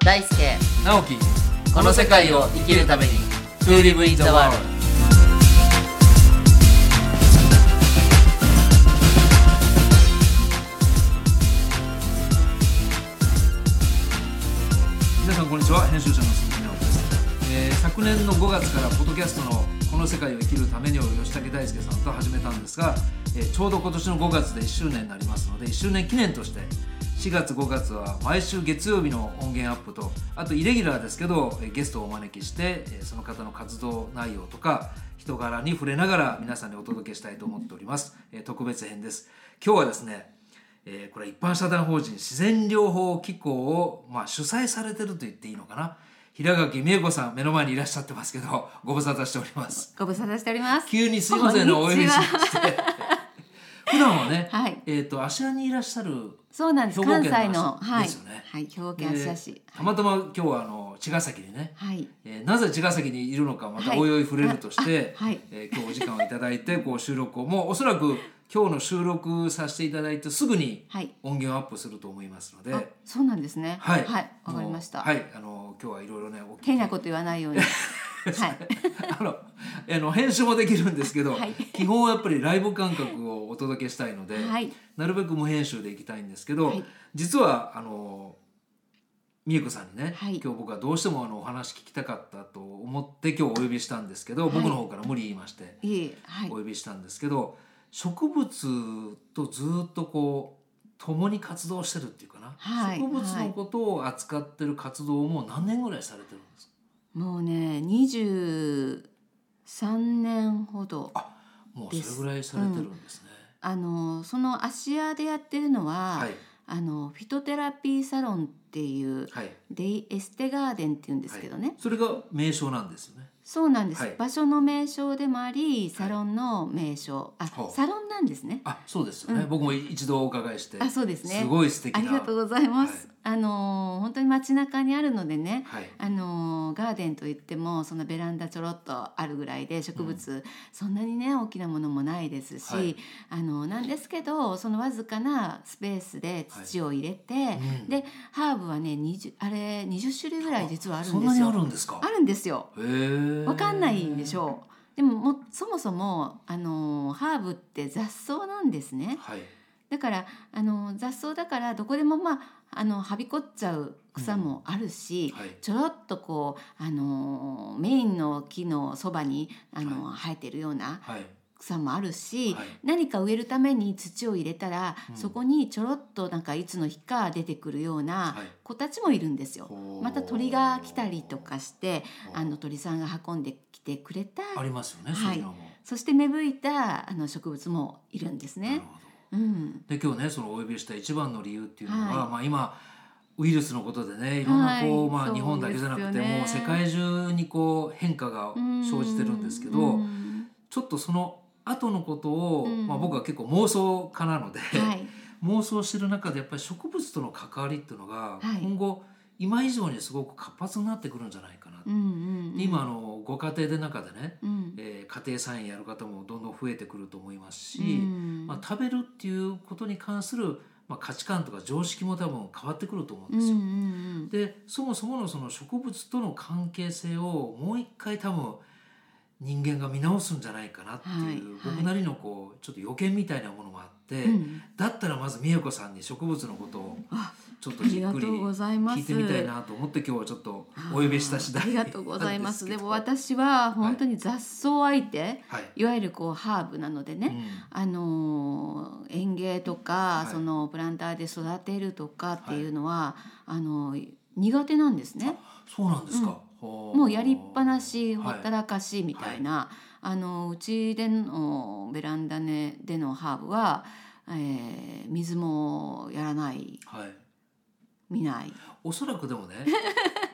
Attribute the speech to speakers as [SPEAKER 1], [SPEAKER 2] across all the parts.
[SPEAKER 1] 大輔
[SPEAKER 2] 直樹
[SPEAKER 1] この世界を生きるために
[SPEAKER 2] To live in the world 皆さんこんにちは編集者の鈴木直樹です、えー昨年の5月からポッドキャストの「この世界を生きるために」を吉武大輔さんと始めたんですが、えーちょうど今年の5月で1周年になりますので1周年記念として4月5月は毎週月曜日の音源アップとあとイレギュラーですけどえーゲストをお招きしてえーその方の活動内容とか人柄に触れながら皆さんにお届けしたいと思っておりますえー特別編です今日はですねえーこれは一般社団法人自然療法機構を、まあ、主催されてると言っていいのかな平垣美恵子さん目の前にいらっしゃってますけどご無沙汰しております
[SPEAKER 3] ご無沙汰しております。
[SPEAKER 2] 急にすいませんねお
[SPEAKER 3] こ
[SPEAKER 2] 呼
[SPEAKER 3] ん
[SPEAKER 2] び
[SPEAKER 3] に
[SPEAKER 2] し
[SPEAKER 3] ち
[SPEAKER 2] ま
[SPEAKER 3] は
[SPEAKER 2] して 普段はね、
[SPEAKER 3] はい
[SPEAKER 2] えっ、と芦屋にいらっしゃる
[SPEAKER 3] そうなんです。
[SPEAKER 2] 兵庫
[SPEAKER 3] 関
[SPEAKER 2] 県の
[SPEAKER 3] 西の、はい、
[SPEAKER 2] ですよね
[SPEAKER 3] はい、兵庫
[SPEAKER 2] で
[SPEAKER 3] 県芦屋市。
[SPEAKER 2] たまたま今日はあの茅ヶ崎にね、
[SPEAKER 3] はい、
[SPEAKER 2] えーなぜ茅ヶ崎にいるのかまた
[SPEAKER 3] はい
[SPEAKER 2] おいおい触れるとして、
[SPEAKER 3] あはい
[SPEAKER 2] えー今日お時間をいただいてこう収録をもうおそらく今日の収録させていただいてすぐに
[SPEAKER 3] はい。
[SPEAKER 2] 音源をアップすると思いますので、
[SPEAKER 3] あ、そうなんですね。
[SPEAKER 2] はい、
[SPEAKER 3] わかりました。
[SPEAKER 2] もうはい、あの今日はいろいろね、お聞き
[SPEAKER 3] 変なこと言わないように。 はい。
[SPEAKER 2] あの、あの編集もできるんですけど、
[SPEAKER 3] はい
[SPEAKER 2] 基本はやっぱりライブ感覚をお届けしたいので、
[SPEAKER 3] はい
[SPEAKER 2] なるべく無編集でいきたいんですけど、
[SPEAKER 3] はい
[SPEAKER 2] 実はあの。美恵子さんにね、
[SPEAKER 3] はい
[SPEAKER 2] 今日僕はどうしてもあのお話聞きたかったと思って今日お呼びしたんですけど、
[SPEAKER 3] い
[SPEAKER 2] 僕の方から無理言いまして
[SPEAKER 3] いえ、はい
[SPEAKER 2] お。呼びしたんですけど、植物とずっとこう共に活動してるっていうかな、
[SPEAKER 3] はい
[SPEAKER 2] 植物のことを扱ってる活動をもう何年ぐらいされてるんですか
[SPEAKER 3] もうね、二十三年ほど。
[SPEAKER 2] あもうそれぐらいされてるんですね。
[SPEAKER 3] あの、その芦屋でやってるのは、
[SPEAKER 2] はい
[SPEAKER 3] あの、フィトテラピーサロンっていう。
[SPEAKER 2] はい。
[SPEAKER 3] デイエステガーデンっていうんですけどね、
[SPEAKER 2] それが名称なんですよね。
[SPEAKER 3] そうなんです、
[SPEAKER 2] はい
[SPEAKER 3] 場所の名称でもありサロンの名称、
[SPEAKER 2] ほ
[SPEAKER 3] あ
[SPEAKER 2] う
[SPEAKER 3] サロンなんですね
[SPEAKER 2] あそうですよね。
[SPEAKER 3] うん
[SPEAKER 2] 僕も一度お伺いして、
[SPEAKER 3] あそうですね
[SPEAKER 2] ごい素敵な。
[SPEAKER 3] ありがとうございます。あのー本当に街中にあるのでね。
[SPEAKER 2] はい。
[SPEAKER 3] あのーガーデンといってもそのベランダちょろっとあるぐらいで植物、そんなにね大きなものもないですし、
[SPEAKER 2] はい
[SPEAKER 3] あのーなんですけどそのわずかなスペースで土を入れて、
[SPEAKER 2] うん
[SPEAKER 3] でハーブはね20あれ20種類ぐらい実はあるん
[SPEAKER 2] そん
[SPEAKER 3] で
[SPEAKER 2] な
[SPEAKER 3] す
[SPEAKER 2] に
[SPEAKER 3] よ。
[SPEAKER 2] あるんですか。
[SPEAKER 3] あるんですよ。
[SPEAKER 2] へえ。
[SPEAKER 3] わかんないんでしょう。でももうそもそもあのーハーブって雑草なんですね。
[SPEAKER 2] はい。
[SPEAKER 3] だからあの雑草だからどこでもまああのはびこっちゃう草もあるし、
[SPEAKER 2] はい。
[SPEAKER 3] ちょろっとこうあのメインの木のそばにあの、生えてるような
[SPEAKER 2] はい。
[SPEAKER 3] 草もあるし、
[SPEAKER 2] はい
[SPEAKER 3] 何か植えるために土を入れたら、
[SPEAKER 2] うん
[SPEAKER 3] そこにちょろっとなんかいつの日か出てくるような
[SPEAKER 2] はい
[SPEAKER 3] 子たちもいるんですよ。
[SPEAKER 2] ほう
[SPEAKER 3] また鳥が来たりとかして
[SPEAKER 2] ほう
[SPEAKER 3] あの鳥さんが運んできてくれた
[SPEAKER 2] ありますよね。
[SPEAKER 3] はい
[SPEAKER 2] そういうのも。
[SPEAKER 3] そして芽吹いたあの植物もいるんです
[SPEAKER 2] なる
[SPEAKER 3] ね。
[SPEAKER 2] ほど。
[SPEAKER 3] うん、
[SPEAKER 2] で今日ねそのお呼びした一番の理由っていうの
[SPEAKER 3] はい
[SPEAKER 2] は、まあ今ウイルスのことでねいろんなこう、
[SPEAKER 3] はい
[SPEAKER 2] まあ、日本だけじゃなくて、
[SPEAKER 3] そうですよね
[SPEAKER 2] もう世界中にこう変化が生じてるんですけど、
[SPEAKER 3] うん
[SPEAKER 2] ちょっとその後のことを、
[SPEAKER 3] うん
[SPEAKER 2] まあ、僕は結構妄想家なので、
[SPEAKER 3] はい、
[SPEAKER 2] 妄想してる中でやっぱり植物との関わりっていうのが、
[SPEAKER 3] はい
[SPEAKER 2] 今後今以上にすごく活発になってくるんじゃないかな、
[SPEAKER 3] うんうんうん、
[SPEAKER 2] 今あのご家庭で中でね、
[SPEAKER 3] うん、
[SPEAKER 2] えー家庭菜園やる方もどんどん増えてくると思いますし、
[SPEAKER 3] うん
[SPEAKER 2] まあ、食べるっていうことに関する、まあ、価値観とか常識も多分変わってくると思うん
[SPEAKER 3] うん
[SPEAKER 2] で
[SPEAKER 3] う
[SPEAKER 2] す
[SPEAKER 3] ん
[SPEAKER 2] よ。でそもそものその植物との関係性をもう一回多分人間が見直すんじゃないかなっていう、
[SPEAKER 3] はいはい
[SPEAKER 2] 僕なりのこうちょっと予見みたいなものもあって、
[SPEAKER 3] うんうん、
[SPEAKER 2] だったらまず美恵子さんに植物のことを
[SPEAKER 3] あ
[SPEAKER 2] ちょっと
[SPEAKER 3] あ
[SPEAKER 2] じ
[SPEAKER 3] り
[SPEAKER 2] っ
[SPEAKER 3] が
[SPEAKER 2] く
[SPEAKER 3] と
[SPEAKER 2] り
[SPEAKER 3] うご
[SPEAKER 2] 聞
[SPEAKER 3] ざいます。
[SPEAKER 2] いてみたいなと思って今日はちょっとお呼びした次第
[SPEAKER 3] あーありがとうございます。
[SPEAKER 2] なん
[SPEAKER 3] です
[SPEAKER 2] け
[SPEAKER 3] も
[SPEAKER 2] ど
[SPEAKER 3] 私は本当に雑草相手、い、
[SPEAKER 2] はい、
[SPEAKER 3] わゆるこうハーブなのでね、あのー園芸とか、
[SPEAKER 2] はい
[SPEAKER 3] そのプランターで育てるとかっていうのは、あのー苦手なんですね。
[SPEAKER 2] そうなんですか、ほ
[SPEAKER 3] もうやりっぱなしほった
[SPEAKER 2] はい
[SPEAKER 3] らかしみたいな、あのうちでのベランダねでのハーブは、えー水もやらない
[SPEAKER 2] はい
[SPEAKER 3] 見ない、
[SPEAKER 2] おそらく でもね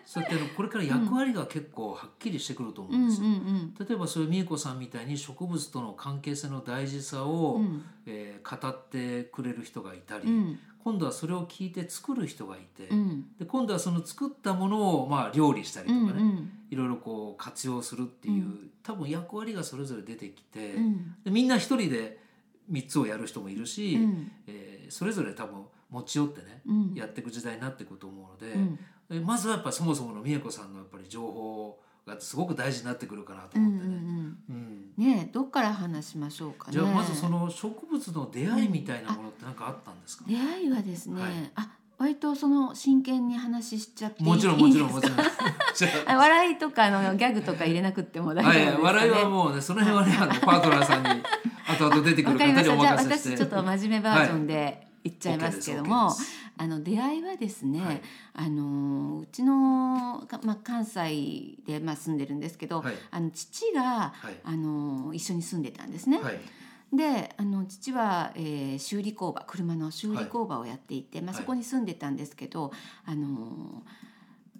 [SPEAKER 2] そうやってあのこれから役割が結構はっきりしてくると思
[SPEAKER 3] う
[SPEAKER 2] う
[SPEAKER 3] うん
[SPEAKER 2] んんで
[SPEAKER 3] う
[SPEAKER 2] すよ、
[SPEAKER 3] ん
[SPEAKER 2] 例えばそういう美恵子さんみたいに植物との関係性の大事さを、
[SPEAKER 3] うん
[SPEAKER 2] えー語ってくれる人がいたり、
[SPEAKER 3] うん
[SPEAKER 2] 今度はそれを聞いて作る人がいて、
[SPEAKER 3] うん
[SPEAKER 2] で今度はその作ったものをまあ料理したり
[SPEAKER 3] う
[SPEAKER 2] とかね、
[SPEAKER 3] んうん
[SPEAKER 2] いろいろこう活用するっていう、
[SPEAKER 3] うん
[SPEAKER 2] 多分役割がそれぞれ出てきて、
[SPEAKER 3] うん
[SPEAKER 2] でみんな一人で3つをやる人もいるし、
[SPEAKER 3] うん
[SPEAKER 2] えーそれぞれ多分持ち寄ってね、
[SPEAKER 3] うん
[SPEAKER 2] やっていく時代になっていくと思うので、
[SPEAKER 3] うん
[SPEAKER 2] えまずはやっぱりそもそもの美恵子さんのやっぱり情報がすごく大事になってくるかな
[SPEAKER 3] う
[SPEAKER 2] と
[SPEAKER 3] んう
[SPEAKER 2] 思
[SPEAKER 3] ん
[SPEAKER 2] ってね。うん
[SPEAKER 3] うん、ねえどっから話しましょうかね。
[SPEAKER 2] じゃあまずその植物の出会いみたいなものって何かあったんですか、
[SPEAKER 3] 出会いはですね、
[SPEAKER 2] はい
[SPEAKER 3] あ割とその真剣に話ししちゃっていい
[SPEAKER 2] もちろんもちろん
[SPEAKER 3] いい
[SPEAKER 2] も
[SPEAKER 3] で
[SPEAKER 2] ち
[SPEAKER 3] す
[SPEAKER 2] ろん
[SPEAKER 3] か
[SPEAKER 2] じゃあ
[SPEAKER 3] あ笑いとかのギャグとか入れなくっても大丈夫
[SPEAKER 2] は
[SPEAKER 3] ですか、
[SPEAKER 2] い、
[SPEAKER 3] ね
[SPEAKER 2] 笑いはもうね、その辺はね、あのパートナーさんに後々出てく
[SPEAKER 3] わ
[SPEAKER 2] る
[SPEAKER 3] かり
[SPEAKER 2] 方
[SPEAKER 3] まし
[SPEAKER 2] にお
[SPEAKER 3] た。じゃあ
[SPEAKER 2] 任せして。
[SPEAKER 3] 私ちょっと真面目バージョンで言っちゃいますけども、
[SPEAKER 2] OK です
[SPEAKER 3] あの出会いはですね、
[SPEAKER 2] はい
[SPEAKER 3] あのうちのかまあ関西でまあ住んでるんですけど、
[SPEAKER 2] はい
[SPEAKER 3] あの父が、
[SPEAKER 2] はい
[SPEAKER 3] あの一緒に住んでたんですね。
[SPEAKER 2] はい、
[SPEAKER 3] であの父は、えー修理工場車の修理工場をやっていて、まあ、
[SPEAKER 2] は
[SPEAKER 3] そ
[SPEAKER 2] い
[SPEAKER 3] こに住んでたんですけど、あの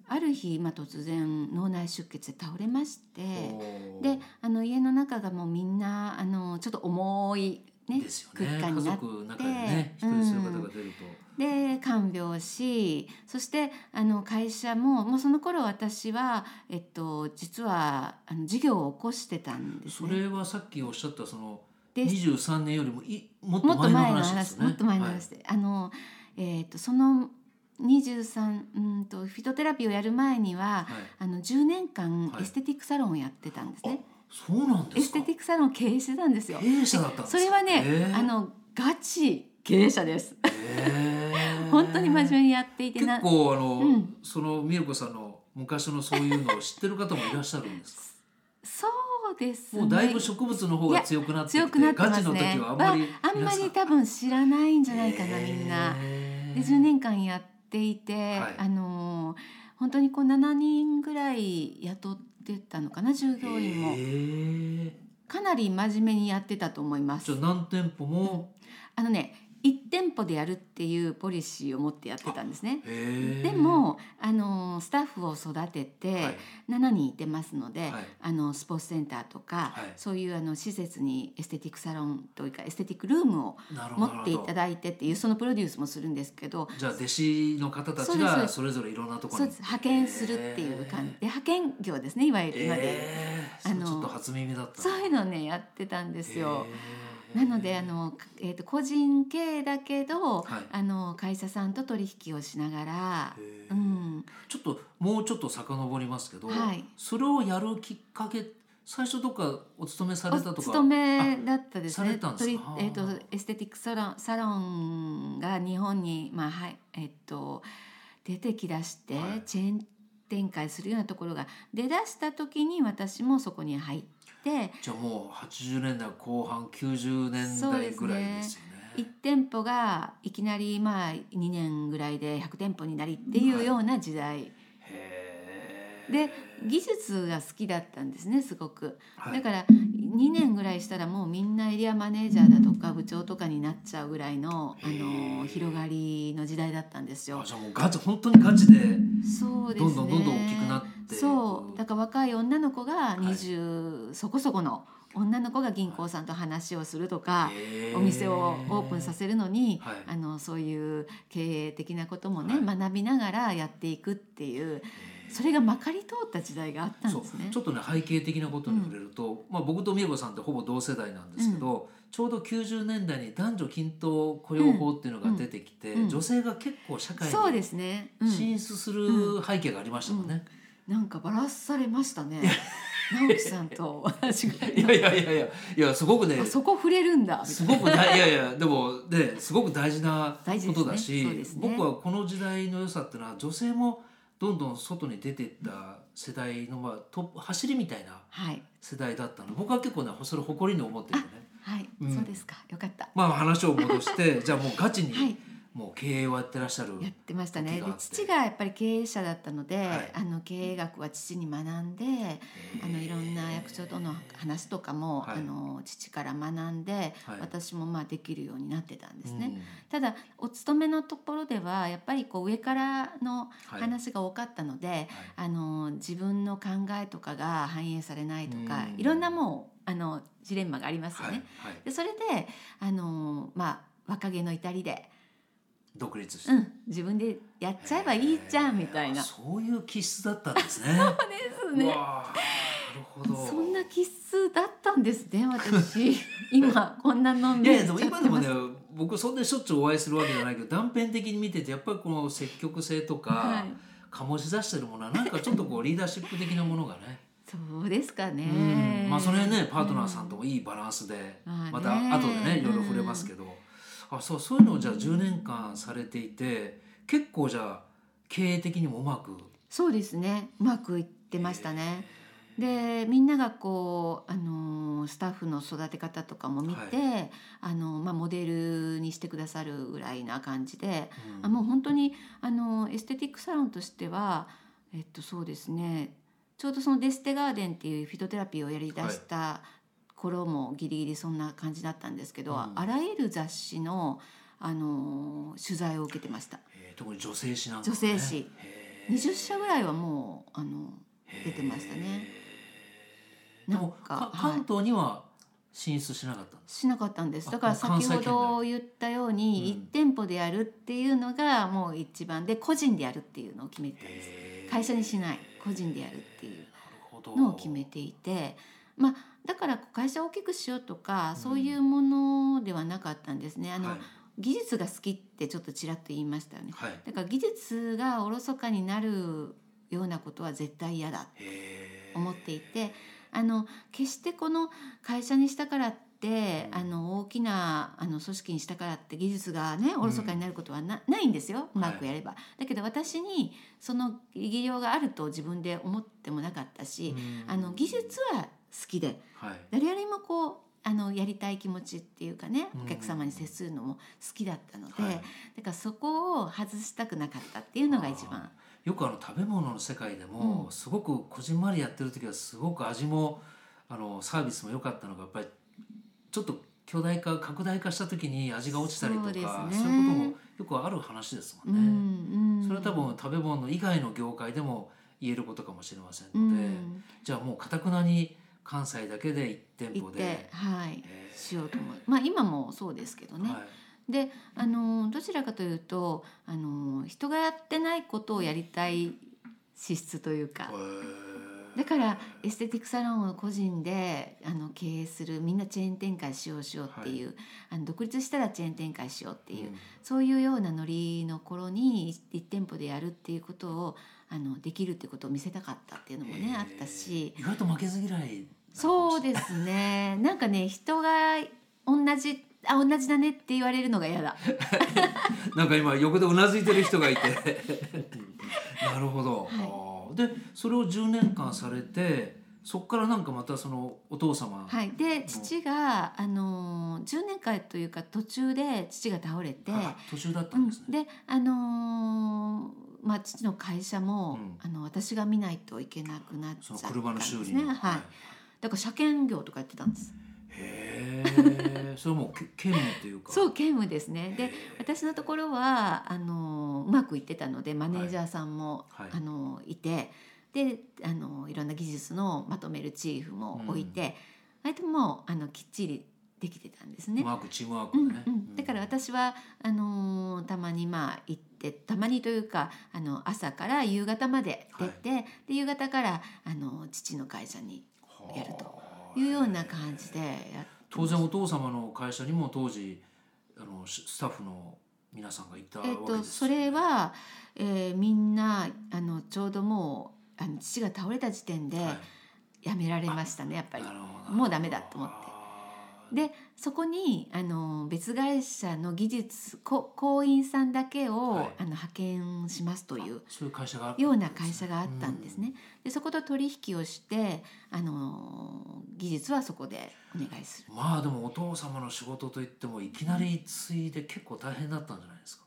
[SPEAKER 3] ある日、まあ、突然脳内出血で倒れまして。
[SPEAKER 2] おー
[SPEAKER 3] であの家の中がもうみんなあのちょっと重い、ね
[SPEAKER 2] ですよね。
[SPEAKER 3] 空
[SPEAKER 2] 家
[SPEAKER 3] 間になっ
[SPEAKER 2] 族
[SPEAKER 3] て
[SPEAKER 2] の中でね、一
[SPEAKER 3] うん
[SPEAKER 2] 人そういう方が出る
[SPEAKER 3] で看病しそしてあの会社ももうその頃私は、えっと、実はあの事業を起こしてたん
[SPEAKER 2] と、
[SPEAKER 3] です
[SPEAKER 2] そ
[SPEAKER 3] ね。
[SPEAKER 2] れはさっきおっしゃったその
[SPEAKER 3] で
[SPEAKER 2] 二十三年よりもいもっと
[SPEAKER 3] もっと
[SPEAKER 2] 前の
[SPEAKER 3] 前の
[SPEAKER 2] 話です
[SPEAKER 3] 話
[SPEAKER 2] よね。
[SPEAKER 3] もっと前の話で、あの、えー、とその23うんとフィトテラピーをやる前には、
[SPEAKER 2] はい。はい
[SPEAKER 3] あの10年間
[SPEAKER 2] はい
[SPEAKER 3] エステティックサロンをやってたんですね、
[SPEAKER 2] あ、そうなんですか。
[SPEAKER 3] エステティックサロンを経営してたんですよ
[SPEAKER 2] 経営者だったんで
[SPEAKER 3] そ
[SPEAKER 2] すか
[SPEAKER 3] れはね、
[SPEAKER 2] へー
[SPEAKER 3] あのガチ経営者です
[SPEAKER 2] へ ー
[SPEAKER 3] 本当に真面目にやっていてな
[SPEAKER 2] 結構あの、
[SPEAKER 3] うん
[SPEAKER 2] その美恵子さんの昔のそういうのを知ってる方もいらっしゃるんですか。
[SPEAKER 3] そうですね
[SPEAKER 2] もうだいぶ植物の方が強くなってきて
[SPEAKER 3] 強くなってます
[SPEAKER 2] ガチ
[SPEAKER 3] ね
[SPEAKER 2] の時はあんまり
[SPEAKER 3] あんまり多分知らないんじゃないかなみんな。で10年間やっていて、
[SPEAKER 2] はい
[SPEAKER 3] あのー本当にこう7人ぐらい雇ってたのかな従業員も、
[SPEAKER 2] も
[SPEAKER 3] かなり真面目にやってたと思います
[SPEAKER 2] じゃあ何店舗も
[SPEAKER 3] あのね1店舗でやるっていうポリシーを持ってやってたんですねで
[SPEAKER 2] で
[SPEAKER 3] もあのースタッフを育てて、
[SPEAKER 2] はい
[SPEAKER 3] 7人いてますので、
[SPEAKER 2] はい
[SPEAKER 3] あのスポーツセンターとか、
[SPEAKER 2] はい
[SPEAKER 3] そういうあの施設にエステティックサロンというかエステティックルームを
[SPEAKER 2] なるほ
[SPEAKER 3] 持
[SPEAKER 2] ど
[SPEAKER 3] っていただいてっていうそのプロデュースもするんですけど
[SPEAKER 2] じゃあ弟子の方た
[SPEAKER 3] そ
[SPEAKER 2] ち
[SPEAKER 3] うですそうで
[SPEAKER 2] が
[SPEAKER 3] す
[SPEAKER 2] それぞれいろんなとこ
[SPEAKER 3] そ
[SPEAKER 2] ろ
[SPEAKER 3] うで
[SPEAKER 2] に
[SPEAKER 3] す派遣するっていう感じで派遣業ですねいわゆる今で言う、
[SPEAKER 2] ええ
[SPEAKER 3] あ
[SPEAKER 2] それ
[SPEAKER 3] の
[SPEAKER 2] ちょっと初耳だった
[SPEAKER 3] そういう
[SPEAKER 2] で
[SPEAKER 3] のをねやってたんですよ。なのであの、えー、と個人経営だけど、
[SPEAKER 2] はい
[SPEAKER 3] あの会社さんと取引をしながら、
[SPEAKER 2] へー
[SPEAKER 3] うん、
[SPEAKER 2] ちょっともうちょっと遡りますけど、
[SPEAKER 3] はい
[SPEAKER 2] それをやるきっかけ最初どっかお勤めされたと
[SPEAKER 3] お
[SPEAKER 2] か
[SPEAKER 3] 勤めだったです
[SPEAKER 2] さ
[SPEAKER 3] ね
[SPEAKER 2] れたんです
[SPEAKER 3] 取
[SPEAKER 2] か
[SPEAKER 3] り
[SPEAKER 2] あー
[SPEAKER 3] えー、とエステティックサロンサロンが日本に、まあはいえー、と出てきだして、
[SPEAKER 2] はい
[SPEAKER 3] チェーン展開するようなところが出だした時に私もそこに入って。
[SPEAKER 2] じゃあもう80年代後半90年代ぐらいですよ
[SPEAKER 3] 1
[SPEAKER 2] ね。
[SPEAKER 3] 店舗がいきなりまあ2年ぐらいで100店舗になりっていうような時代、
[SPEAKER 2] へ
[SPEAKER 3] で技術が好きだったんですねすごく、
[SPEAKER 2] はい
[SPEAKER 3] だから2年ぐらいしたらもうみんなエリアマネージャーだとか部長とかになっちゃうぐらいのあ
[SPEAKER 2] へー
[SPEAKER 3] の広がりの時代だったんです
[SPEAKER 2] ら
[SPEAKER 3] よ
[SPEAKER 2] あ。じゃあもうガチ本当にガチで
[SPEAKER 3] そうですね
[SPEAKER 2] どんどんどんどん大きくなって
[SPEAKER 3] そうだから若い女の子が
[SPEAKER 2] い
[SPEAKER 3] 20、そこそこの女の子が銀行さんと話をするとか、
[SPEAKER 2] へー
[SPEAKER 3] お店をオープンさせるのに、
[SPEAKER 2] はい
[SPEAKER 3] あのそういう経営的なこともね、
[SPEAKER 2] は
[SPEAKER 3] 学びながらやっていくっていうそれがまかり通った時代があったん
[SPEAKER 2] そう
[SPEAKER 3] ですね
[SPEAKER 2] ちょ。っとね背景的なことに触れると、まあ、僕と美恵子さんってほぼ同世代なんですけど、ちょうど90年代に男女均等雇用法っていうのが出てきて、
[SPEAKER 3] うんうん
[SPEAKER 2] 女性が結構社会
[SPEAKER 3] そうで
[SPEAKER 2] に
[SPEAKER 3] すね、うん
[SPEAKER 2] 進出する背景がありましたもんね。
[SPEAKER 3] なんかバラされましたね直樹さんと私が
[SPEAKER 2] いやいやいやいやいやすごくね
[SPEAKER 3] あそこ触れるんだみたいな
[SPEAKER 2] すごく大いやいやでもねすごく大事な
[SPEAKER 3] 大事
[SPEAKER 2] こ
[SPEAKER 3] ですね
[SPEAKER 2] とだし、
[SPEAKER 3] そうですね
[SPEAKER 2] 僕はこの時代の良さっていうのは女性もどんどん外に出ていった世代のまあトップ走りみたいな
[SPEAKER 3] はい
[SPEAKER 2] 世代だったの僕は結構ねそれを誇りに思ってるのね。
[SPEAKER 3] はい、
[SPEAKER 2] うん
[SPEAKER 3] そうですかよかった
[SPEAKER 2] まあ話を戻してじゃあもうガチに、
[SPEAKER 3] はい
[SPEAKER 2] もう経営をやってらっしゃる。
[SPEAKER 3] やってました
[SPEAKER 2] 時
[SPEAKER 3] ね
[SPEAKER 2] が
[SPEAKER 3] で
[SPEAKER 2] あって
[SPEAKER 3] 父がやっぱり経営者だったので、
[SPEAKER 2] はい
[SPEAKER 3] あの経営学は父に学んであのいろんな役所との話とかも、
[SPEAKER 2] はい
[SPEAKER 3] あの父から学んで、
[SPEAKER 2] はい
[SPEAKER 3] 私もまあできるようになってたんですね。
[SPEAKER 2] うん
[SPEAKER 3] ただお勤めのところではやっぱりこう上からの
[SPEAKER 2] はい
[SPEAKER 3] 話が多かったので、あの自分の考えとかが反映されないとか
[SPEAKER 2] うん
[SPEAKER 3] いろんなもうあのジレンマがありますよ
[SPEAKER 2] はい
[SPEAKER 3] ね。
[SPEAKER 2] はい
[SPEAKER 3] でそれであの、まあ、若気の至りで、
[SPEAKER 2] 独立して、
[SPEAKER 3] う、ん、自分でやっちゃえばいいじゃんみたいな。そ
[SPEAKER 2] そういう気質だったんですね。
[SPEAKER 3] うですね
[SPEAKER 2] うわあなるほど。
[SPEAKER 3] そんな気質だったんですね 私今こんなのん
[SPEAKER 2] い
[SPEAKER 3] び
[SPEAKER 2] や
[SPEAKER 3] り
[SPEAKER 2] いや
[SPEAKER 3] しち
[SPEAKER 2] で
[SPEAKER 3] ゃっ
[SPEAKER 2] も
[SPEAKER 3] て
[SPEAKER 2] 今でも
[SPEAKER 3] ま
[SPEAKER 2] ね
[SPEAKER 3] す
[SPEAKER 2] 僕そんなにしょっちゅうお会いするわけじゃないけど断片的に見ててやっぱりこの積極性とか、
[SPEAKER 3] はい
[SPEAKER 2] 醸し出してるものはなんかちょっとこうリーダーシップ的なものが ね、
[SPEAKER 3] そうですかね、
[SPEAKER 2] うんまあそれねパートナーさんともいいバランスで、
[SPEAKER 3] まあね
[SPEAKER 2] また後でねいろいろ触れますけど、あそうそういうのをじゃあ10年間されていて結構じゃあ経営的にもうまく
[SPEAKER 3] そうですねうまくいってましたね。でみんながこう、あのースタッフの育て方とかも見て、あのーまあ、モデルにしてくださるぐらいな感じで、
[SPEAKER 2] うん
[SPEAKER 3] あもう本当に、あのーエステティックサロンとしては、えっと、そうですねちょうどそのデステガーデンっていうフィトテラピーをやりだした頃もギリギリそんな感じだったんですけど、
[SPEAKER 2] うん
[SPEAKER 3] あらゆる雑誌の、あのー取材を受けてました。
[SPEAKER 2] えー特に女性誌なんかね
[SPEAKER 3] 女性誌
[SPEAKER 2] へー
[SPEAKER 3] 20社ぐらいはもうあの出てましたね。
[SPEAKER 2] で
[SPEAKER 3] な
[SPEAKER 2] も
[SPEAKER 3] ん
[SPEAKER 2] か
[SPEAKER 3] か
[SPEAKER 2] 関東には進出しなかったんです
[SPEAKER 3] しなかったんです
[SPEAKER 2] あ
[SPEAKER 3] だから
[SPEAKER 2] 関
[SPEAKER 3] 先
[SPEAKER 2] 西
[SPEAKER 3] ほ
[SPEAKER 2] 圏
[SPEAKER 3] ど言ったように
[SPEAKER 2] うん
[SPEAKER 3] 1店舗でやるっていうのがもう一番で個人でやるっていうのを決めてたんです
[SPEAKER 2] へー
[SPEAKER 3] 会社にしない個人でやるっていう
[SPEAKER 2] なるほど
[SPEAKER 3] のを決めていてまあだからこう会社を大きくしようとか
[SPEAKER 2] うん
[SPEAKER 3] そういうものではなかったんですね。あの
[SPEAKER 2] はい
[SPEAKER 3] 技術が好きってちょっとちらっと言いましたよね。
[SPEAKER 2] はい
[SPEAKER 3] だから技術がおろそかになるようなことは絶対嫌だ
[SPEAKER 2] へー
[SPEAKER 3] 思っていてあの決してこの会社にしたからって、
[SPEAKER 2] うん
[SPEAKER 3] あの大きなあの組織にしたからって技術がねおろそかになることはな,、ないんですようまくやれば、だけど私にその技量があると自分で思ってもなかったし、
[SPEAKER 2] うん
[SPEAKER 3] あの技術は好きで
[SPEAKER 2] はい
[SPEAKER 3] 誰よりもこうあのやりたい気持ちっていうかね
[SPEAKER 2] うん
[SPEAKER 3] お客様に接するのも好きだったので、
[SPEAKER 2] はい
[SPEAKER 3] だからそこを外したくなかったっていうのが一番
[SPEAKER 2] よくあの食べ物の世界でも、
[SPEAKER 3] うん
[SPEAKER 2] すごくこじんまりやってる時はすごく味もあのサービスも良かったのがやっぱりちょっと巨大化拡大化した時に味が落ちたりとか
[SPEAKER 3] そうですね
[SPEAKER 2] そういうこともよくある話ですもんね。
[SPEAKER 3] うんうん
[SPEAKER 2] それは多分食べ物以外の業界でも言えることかもしれません
[SPEAKER 3] う
[SPEAKER 2] ので、
[SPEAKER 3] ん
[SPEAKER 2] じゃあもうかたくなに関西だけで1店
[SPEAKER 3] 行っ
[SPEAKER 2] 舗
[SPEAKER 3] て
[SPEAKER 2] で、
[SPEAKER 3] はい
[SPEAKER 2] えー
[SPEAKER 3] しようと思うまあ今もそうですけどね、
[SPEAKER 2] はい
[SPEAKER 3] であのどちらかというとあの人がやってないことをやりたい資質というか
[SPEAKER 2] へー
[SPEAKER 3] だからエステティックサロンを個人であの経営するみんなチェーン展開しようしようっていう、あの独立したらチェーン展開しようっていう、
[SPEAKER 2] うん
[SPEAKER 3] そういうようなノリの頃に1店舗でやるっていうことをあのできるっていうことを見せたかったっていうのもねあったし
[SPEAKER 2] えー意外と負けず嫌いなのかもしれない
[SPEAKER 3] そうですね。なんかね、人が同じ、あ、同じだねって言われるのが嫌だ。
[SPEAKER 2] なんか今横でうなずいてる人がいて なるほど、あーでそれを10年間されてそこからなんかまたそのお父様、
[SPEAKER 3] はい、で、父が、あのー、10年間というか、途中で父が倒れて。
[SPEAKER 2] あ途中だった
[SPEAKER 3] うんん
[SPEAKER 2] ですね、
[SPEAKER 3] で、あのーまあ、父の会社も、
[SPEAKER 2] うん
[SPEAKER 3] あの私が見ないといけなくなっち
[SPEAKER 2] そ
[SPEAKER 3] ゃ
[SPEAKER 2] の
[SPEAKER 3] ったん
[SPEAKER 2] 車の
[SPEAKER 3] です
[SPEAKER 2] 修理
[SPEAKER 3] ね、はい、
[SPEAKER 2] の
[SPEAKER 3] だから車検業とかやってたんです
[SPEAKER 2] へえそれはもうけ 兼務というか
[SPEAKER 3] そう兼務ですねで私のところはあのうまくいってたのでマネージャーさんも、
[SPEAKER 2] はい
[SPEAKER 3] あのいてであのいろんな技術のまとめるチーフも置いて、割ともうあのきっちりできてたんですね。
[SPEAKER 2] うまくチームワー
[SPEAKER 3] う
[SPEAKER 2] ク
[SPEAKER 3] ん
[SPEAKER 2] だね、
[SPEAKER 3] うん、だから私はあのーたまにまあ行ってたまにというかあの朝から夕方まで出て、で夕方からあの父の会社に
[SPEAKER 2] はあ
[SPEAKER 3] やるというような感じでやっ
[SPEAKER 2] 当然お父様の会社にも当時あのしスタッフの皆さんがいたわけ
[SPEAKER 3] え
[SPEAKER 2] で
[SPEAKER 3] っ
[SPEAKER 2] すよね
[SPEAKER 3] と、それは、えーみんなあのちょうどもうあの父が倒れた時点で
[SPEAKER 2] はい
[SPEAKER 3] やめられましたね、やっぱり
[SPEAKER 2] なるほどなるほど
[SPEAKER 3] もうダメだと思って
[SPEAKER 2] あー
[SPEAKER 3] でそこにあの別会社の技術こ工員さんだけを、
[SPEAKER 2] はい
[SPEAKER 3] あの派遣しますという
[SPEAKER 2] そういう会社があったんですね
[SPEAKER 3] ような会社があったんですね、でそこと取引をしてあの技術はそこでお願いする
[SPEAKER 2] まあでもお父様の仕事といってもいきなり継いで結構大変だったんじゃないですか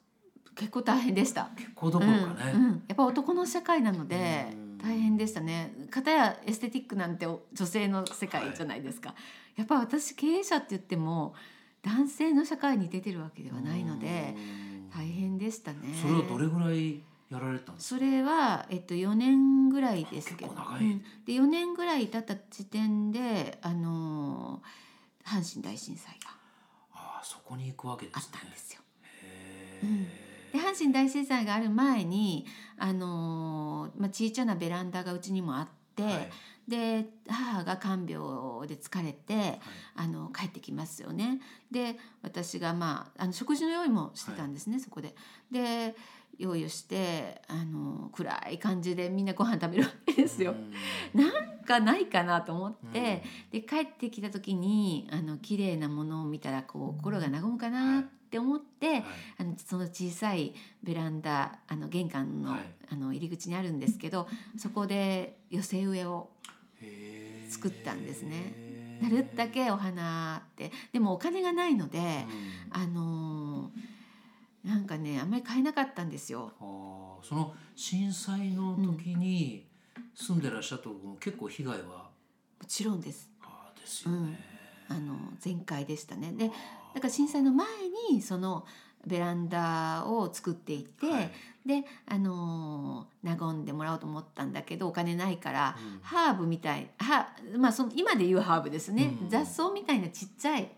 [SPEAKER 3] 結構大変でした
[SPEAKER 2] 結構どころかね、
[SPEAKER 3] うんうん、やっぱ男の社会なので
[SPEAKER 2] うん
[SPEAKER 3] 大変でしたね片やエステティックなんてお女性の世界じゃないですか、やっぱ私経営者って言っても男性の社会に出てるわけではないので
[SPEAKER 2] うん
[SPEAKER 3] 大変でしたね
[SPEAKER 2] それをどれぐらいやられたんです
[SPEAKER 3] そ
[SPEAKER 2] か
[SPEAKER 3] れは、えっと、4年ぐらいですけど、
[SPEAKER 2] あ結構長い
[SPEAKER 3] うんで4年ぐらい経った時点で、あのー阪神大震災が
[SPEAKER 2] ああそこに行くわけで
[SPEAKER 3] あっ
[SPEAKER 2] すね
[SPEAKER 3] たんですよ。
[SPEAKER 2] へ
[SPEAKER 3] で阪神大震災がある前に、あのーまあ、小さなベランダがうちにもあって、
[SPEAKER 2] え
[SPEAKER 3] で母が看病で疲れて、あの帰ってきますよねで私がまああの食事の用意もしてたんですね、そこで。で用意をしてあの暗い感じでみんなご飯食べるわけですよ。なんかないかなと思って、で帰ってきた時にあの綺麗なものを見たらこう心が和むかなって思って、
[SPEAKER 2] はい
[SPEAKER 3] あのその小さいベランダあの玄関の,、
[SPEAKER 2] はい
[SPEAKER 3] あの入り口にあるんですけどそこで寄せ植えを
[SPEAKER 2] へー
[SPEAKER 3] 作ったんですねなるだけお花ってでもお金がないので、
[SPEAKER 2] うん
[SPEAKER 3] あのーなんかねあんまり買えなかったんですよ。
[SPEAKER 2] あーその震災の時に住んでらっしゃったところも結構被害は
[SPEAKER 3] もちろんです
[SPEAKER 2] あーですよね、
[SPEAKER 3] あの全開でしたね。でだから震災の前にそのベランダを作っていて、
[SPEAKER 2] はい
[SPEAKER 3] であのー和んでもらおうと思ったんだけどお金ないから、
[SPEAKER 2] うん
[SPEAKER 3] ハーブみたいはまあその今で言うハーブですね、
[SPEAKER 2] うん
[SPEAKER 3] 雑草みたいなちっちゃい、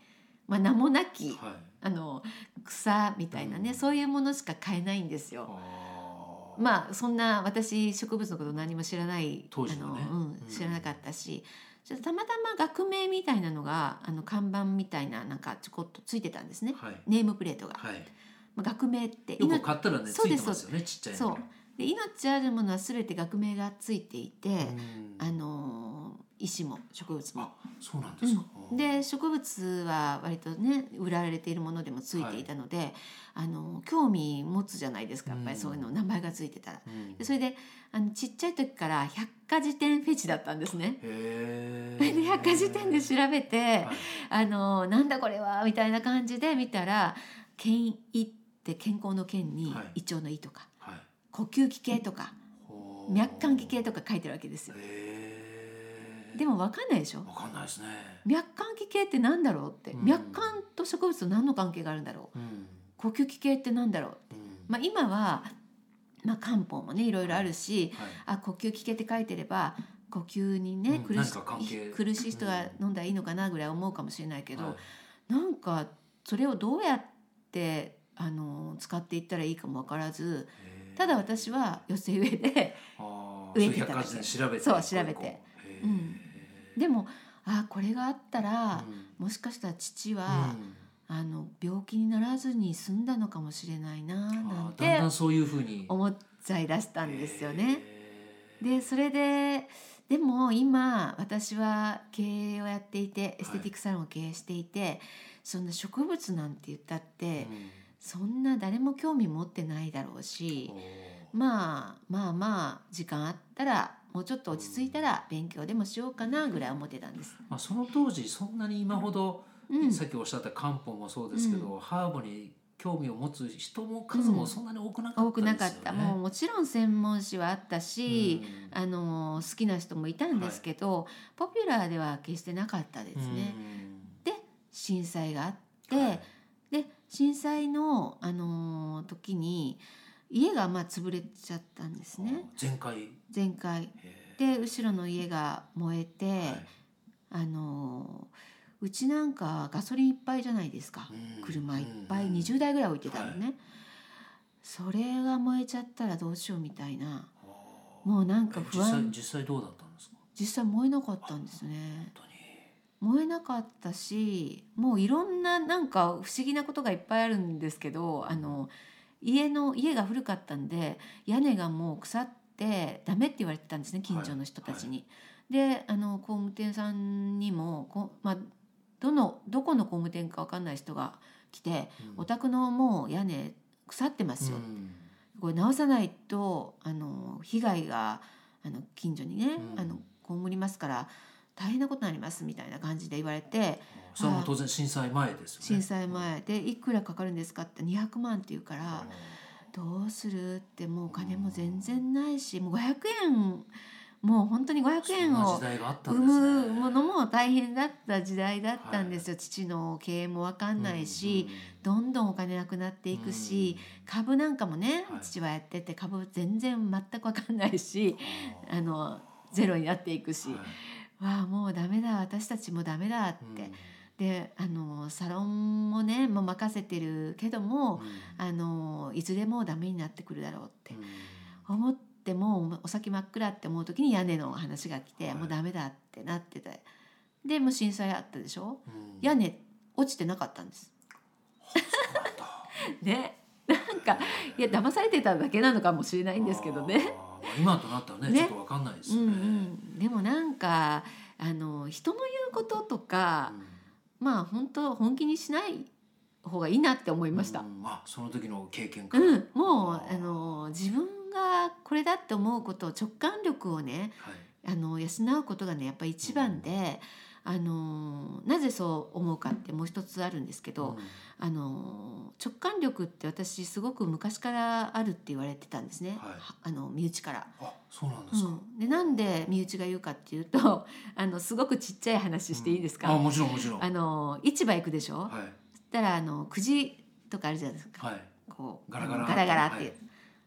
[SPEAKER 3] まあ、名もなき、
[SPEAKER 2] はい
[SPEAKER 3] あの草みたいなね、
[SPEAKER 2] うん
[SPEAKER 3] そういうものしか買えないんですよ。
[SPEAKER 2] あー
[SPEAKER 3] まあそんな私植物のこと何も知らない
[SPEAKER 2] 当時はね
[SPEAKER 3] あのうん
[SPEAKER 2] うん
[SPEAKER 3] 知らなかったし、ちょっとたまたま学名みたいなのがあの看板みたいななんかちょこっとついてたんですね、
[SPEAKER 2] はい
[SPEAKER 3] ネームプレートが、
[SPEAKER 2] はい
[SPEAKER 3] まあ、学名って
[SPEAKER 2] よく
[SPEAKER 3] 命
[SPEAKER 2] 買ったらねつ
[SPEAKER 3] そう
[SPEAKER 2] い
[SPEAKER 3] で
[SPEAKER 2] て
[SPEAKER 3] す
[SPEAKER 2] ますよねちっちゃいの
[SPEAKER 3] そうで命あるものは全て学名がついていて、
[SPEAKER 2] うん
[SPEAKER 3] あのー石も植物も
[SPEAKER 2] あ。そうなんですか、
[SPEAKER 3] うんで植物は割とね売られているものでもついていたので、あの興味持つじゃないですかやっぱりそういうの名前がついてたら。
[SPEAKER 2] うん
[SPEAKER 3] でそれであのちっちゃい時から百科事典フェチだったんですね。
[SPEAKER 2] へ
[SPEAKER 3] で
[SPEAKER 2] ー
[SPEAKER 3] 百科事典で調べて、
[SPEAKER 2] はい
[SPEAKER 3] あのなんだこれはみたいな感じで見たら「健胃」って健康の健に
[SPEAKER 2] はい
[SPEAKER 3] 胃腸の胃とか
[SPEAKER 2] はい
[SPEAKER 3] 呼吸器系とか
[SPEAKER 2] ほー
[SPEAKER 3] 脈管器系とか書いてるわけですよ。
[SPEAKER 2] へー
[SPEAKER 3] でも分かんないでしょ
[SPEAKER 2] わかんないですね、
[SPEAKER 3] 脈管器系って何だろうって、
[SPEAKER 2] うん
[SPEAKER 3] 脈管と植物と何の関係があるんだろう
[SPEAKER 2] うん
[SPEAKER 3] 呼吸器系って何だろう、
[SPEAKER 2] うん
[SPEAKER 3] まあ、今は、まあ、漢方もねいろいろあるし、
[SPEAKER 2] はい
[SPEAKER 3] あ呼吸器系って書いてれば呼吸に
[SPEAKER 2] う
[SPEAKER 3] ね
[SPEAKER 2] ん、
[SPEAKER 3] 苦し
[SPEAKER 2] 何か関係
[SPEAKER 3] 苦しい人が飲んだらいいのかなぐらい思うかもしれないけど、
[SPEAKER 2] はい
[SPEAKER 3] なんかそれをどうやってあの使っていったらいいかも分からず
[SPEAKER 2] へー
[SPEAKER 3] ただ私は寄せ植えで
[SPEAKER 2] あー
[SPEAKER 3] 植え
[SPEAKER 2] そう
[SPEAKER 3] て
[SPEAKER 2] 百
[SPEAKER 3] た
[SPEAKER 2] 科
[SPEAKER 3] だけ
[SPEAKER 2] 事典調べて
[SPEAKER 3] そう調べて
[SPEAKER 2] へー
[SPEAKER 3] うんでもあこれがあったら、
[SPEAKER 2] うん
[SPEAKER 3] もしかしたら父は、あの病気にならずに済んだのかもしれないなな
[SPEAKER 2] うん
[SPEAKER 3] ん
[SPEAKER 2] あーだん
[SPEAKER 3] て
[SPEAKER 2] だんそういうふうに
[SPEAKER 3] 思っちゃいだしたんですよね。
[SPEAKER 2] へー
[SPEAKER 3] でそれででも今私は経営をやっていてエステティックサロンを経営していて、そんな植物なんて言ったって、
[SPEAKER 2] うん
[SPEAKER 3] そんな誰も興味持ってないだろうし
[SPEAKER 2] お、ー
[SPEAKER 3] まあまあまあ時間あったらもうちょっと落ち着いたら勉強でもしようかなぐらい思ってたんです。
[SPEAKER 2] まあ、その当時そんなに今ほど、
[SPEAKER 3] うん
[SPEAKER 2] さっきおっしゃった漢方もそうですけど、ハーブに興味を持つ人も
[SPEAKER 3] う
[SPEAKER 2] 数も
[SPEAKER 3] ん
[SPEAKER 2] そんなに多くなか
[SPEAKER 3] 多
[SPEAKER 2] った
[SPEAKER 3] く
[SPEAKER 2] んですよ
[SPEAKER 3] な
[SPEAKER 2] ね。
[SPEAKER 3] かった、もうもちろん専門誌はあったし、
[SPEAKER 2] うん
[SPEAKER 3] あの好きな人もいたんですけど、ポピュラーでは決してなかったですね。震災があって、
[SPEAKER 2] うんはい
[SPEAKER 3] で震災の、あのー時に家がまあ潰れちゃったんですね
[SPEAKER 2] 前回
[SPEAKER 3] 全壊
[SPEAKER 2] へー
[SPEAKER 3] で後ろの家が燃えて、
[SPEAKER 2] はい
[SPEAKER 3] あのーうちなんかガソリンいっぱいじゃないですか、
[SPEAKER 2] うん
[SPEAKER 3] 車いっぱい
[SPEAKER 2] うん
[SPEAKER 3] 20台ぐらい置いてたのね、
[SPEAKER 2] は
[SPEAKER 3] それが燃えちゃったらどうしようみたいな
[SPEAKER 2] あー
[SPEAKER 3] もうなんか不
[SPEAKER 2] え
[SPEAKER 3] 安
[SPEAKER 2] 実際実際どうだったんですか
[SPEAKER 3] 実際燃えなかったんですね。
[SPEAKER 2] 本
[SPEAKER 3] 燃えなかったしもういろんななんか不思議なことがいっぱいあるんですけどあの家の家が古かったんで屋根がもう腐ってダメって言われてたんですね近所の人たちに。であの工務店さんにもこ、まあ、どのどこの工務店か分かんない人が来て
[SPEAKER 2] 当に
[SPEAKER 3] 「お宅のもう屋根腐ってますよ」
[SPEAKER 2] うん
[SPEAKER 3] これ直さないとあの被害があの近所にね、
[SPEAKER 2] うん
[SPEAKER 3] あの被りますから大変なことになりますみたいな感じで言われて
[SPEAKER 2] それはもう当然震災前ですよね
[SPEAKER 3] 震災前でいくらかかるんですかって200万って言うからどうするってもうお金も全然ないしもう500円もう本当に500
[SPEAKER 2] そん
[SPEAKER 3] 円
[SPEAKER 2] な
[SPEAKER 3] を
[SPEAKER 2] 時代があった
[SPEAKER 3] 産
[SPEAKER 2] んですね
[SPEAKER 3] むものも大変だった時代だったんですよ、父の経営も分かんないし、
[SPEAKER 2] っ
[SPEAKER 3] どんどんお金なくなっていくし。株なんかもね、
[SPEAKER 2] はい
[SPEAKER 3] 父はやってて株全然全く分かんないしあのゼロになっていくし、わあもうダメだ私たちもダメだって、であのサロンもねもう任せてるけども、あのいつでもダメになってくるだろうって思ってもうお先真っ暗って思う時に屋根の話が来て、
[SPEAKER 2] はい
[SPEAKER 3] もうダメだってなっててでもう震災あったでしょ屋
[SPEAKER 2] 根
[SPEAKER 3] 根落ちてなかったんです。ね、ななんかいや騙されてただけなのかもしれないんですけどね。
[SPEAKER 2] あー。今となったらね
[SPEAKER 3] ね
[SPEAKER 2] ちょっとわかんないです
[SPEAKER 3] う
[SPEAKER 2] よ
[SPEAKER 3] んう
[SPEAKER 2] ね。
[SPEAKER 3] ん、でもなんかあの人の言うこととか、まあ本当本気にしない方がいいなって思いました
[SPEAKER 2] う。んあその時の経験か
[SPEAKER 3] う
[SPEAKER 2] ら。
[SPEAKER 3] ん、もう
[SPEAKER 2] ー
[SPEAKER 3] あの自分がこれだって思うこと直感力をね
[SPEAKER 2] はい
[SPEAKER 3] あの養うことがねやっぱり一番で、あのなぜそう思うかってもう一つあるんですけど、
[SPEAKER 2] うん
[SPEAKER 3] あの直感力って私すごく昔からあるって言われてたんですね、
[SPEAKER 2] はい
[SPEAKER 3] あの身内から。
[SPEAKER 2] あそうなんで
[SPEAKER 3] う
[SPEAKER 2] すか。
[SPEAKER 3] ん、でなんで身内が言うかっていうと あのすごくちっちゃい話していいですか、
[SPEAKER 2] あもちろんもちろん。
[SPEAKER 3] あ
[SPEAKER 2] はい
[SPEAKER 3] の市場行くでしょ、そしたらあのくじとかあるじゃないですか、
[SPEAKER 2] はい。
[SPEAKER 3] こう
[SPEAKER 2] ガラガラ
[SPEAKER 3] ガラガラって、
[SPEAKER 2] はい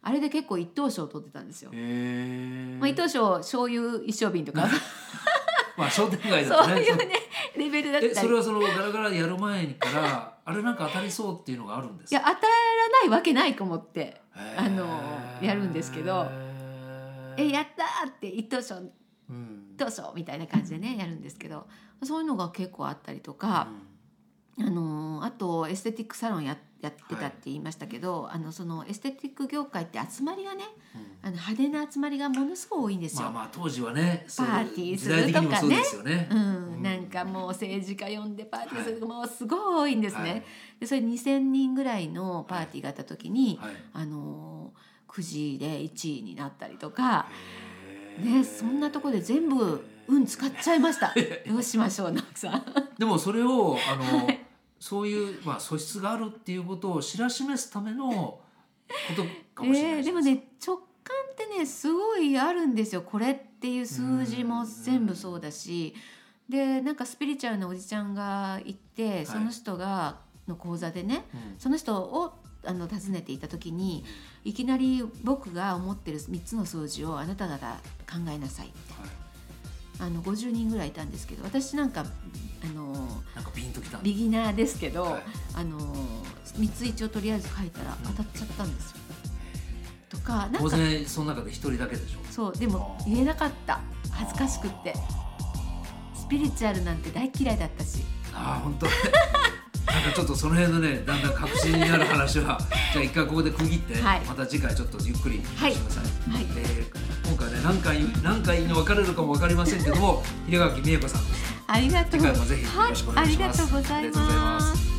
[SPEAKER 3] あれで結構一等賞取ってたんですよ
[SPEAKER 2] え。え。
[SPEAKER 3] まあ、一等賞醤油一升瓶とか
[SPEAKER 2] まあ商店街だと
[SPEAKER 3] そう
[SPEAKER 2] ね。
[SPEAKER 3] いうねレベルだっ
[SPEAKER 2] え
[SPEAKER 3] た
[SPEAKER 2] そ
[SPEAKER 3] り
[SPEAKER 2] れはそのガラガラやる前からあれなんか当たりそうっていうのがあるんです
[SPEAKER 3] いや
[SPEAKER 2] か
[SPEAKER 3] 当たらないわけないと思って
[SPEAKER 2] へ
[SPEAKER 3] あ
[SPEAKER 2] ー
[SPEAKER 3] のやるんですけど「えやった!」って一等賞一
[SPEAKER 2] うん
[SPEAKER 3] 等賞みたいな感じでねやるんですけどそういうのが結構あったりとか、あのーあとエステティックサロンややってたって言いましたけど、あのそのエステティック業界って集まりがね
[SPEAKER 2] うんうん
[SPEAKER 3] あの派手な集まりがものすごい多いんですよ。
[SPEAKER 2] まあまあ当時はねそう
[SPEAKER 3] パーティーする
[SPEAKER 2] 時
[SPEAKER 3] とかね
[SPEAKER 2] 代的にもそうですよね
[SPEAKER 3] うん
[SPEAKER 2] うん
[SPEAKER 3] なんかもう政治家呼んでパーティーするとかもうすごい多いんですね。
[SPEAKER 2] はい
[SPEAKER 3] でそれ2,000人ぐらいのパーティーがあった時に、
[SPEAKER 2] はい
[SPEAKER 3] あのー、くじで1位になったりとか、
[SPEAKER 2] へー
[SPEAKER 3] ね、そんなとこで全部運使っちゃいま した。どうしましょう直樹さん。
[SPEAKER 2] でもそれをあの、そういう、まあ、素質があるっていうことを知らしめすためのことかもしれない
[SPEAKER 3] えーでもね直感ってねすごいあるんですよこれっていう数字も全部そうだしでなんかスピリチュアルなおじちゃんがいて
[SPEAKER 2] い
[SPEAKER 3] その人がの講座でね、
[SPEAKER 2] うん
[SPEAKER 3] その人をあの訪ねていた時にいきなり僕が思ってる3つの数字をあなた方考えなさいって
[SPEAKER 2] はい
[SPEAKER 3] あの50人ぐらいいたんですけど私なんかあの
[SPEAKER 2] なんかピンときたんだ
[SPEAKER 3] ビギナーですけど、
[SPEAKER 2] はい
[SPEAKER 3] あの3つ一応とりあえず書いたら当たっちゃったんですよ。とかなん
[SPEAKER 2] 当
[SPEAKER 3] か
[SPEAKER 2] 然その中で一人だけでしょ
[SPEAKER 3] そうでも言えなかった恥ずかしくってスピリチュアルなんて大嫌いだったし
[SPEAKER 2] ああ本当 なんかちょっとその辺のねだんだん確信になる 話はじゃあ一回ここで区切って、
[SPEAKER 3] はい
[SPEAKER 2] また次回ちょっとゆっくり聞かせてください、
[SPEAKER 3] はい
[SPEAKER 2] えー今回ね何回何回に分かれるかも分かり ませんけども秀垣美恵子さんです
[SPEAKER 3] ありがとう
[SPEAKER 2] 次回もぜひよろしくお願いします
[SPEAKER 3] はありがとうござ
[SPEAKER 2] あ
[SPEAKER 3] い
[SPEAKER 2] りがとうござい
[SPEAKER 3] ま
[SPEAKER 2] ます
[SPEAKER 3] す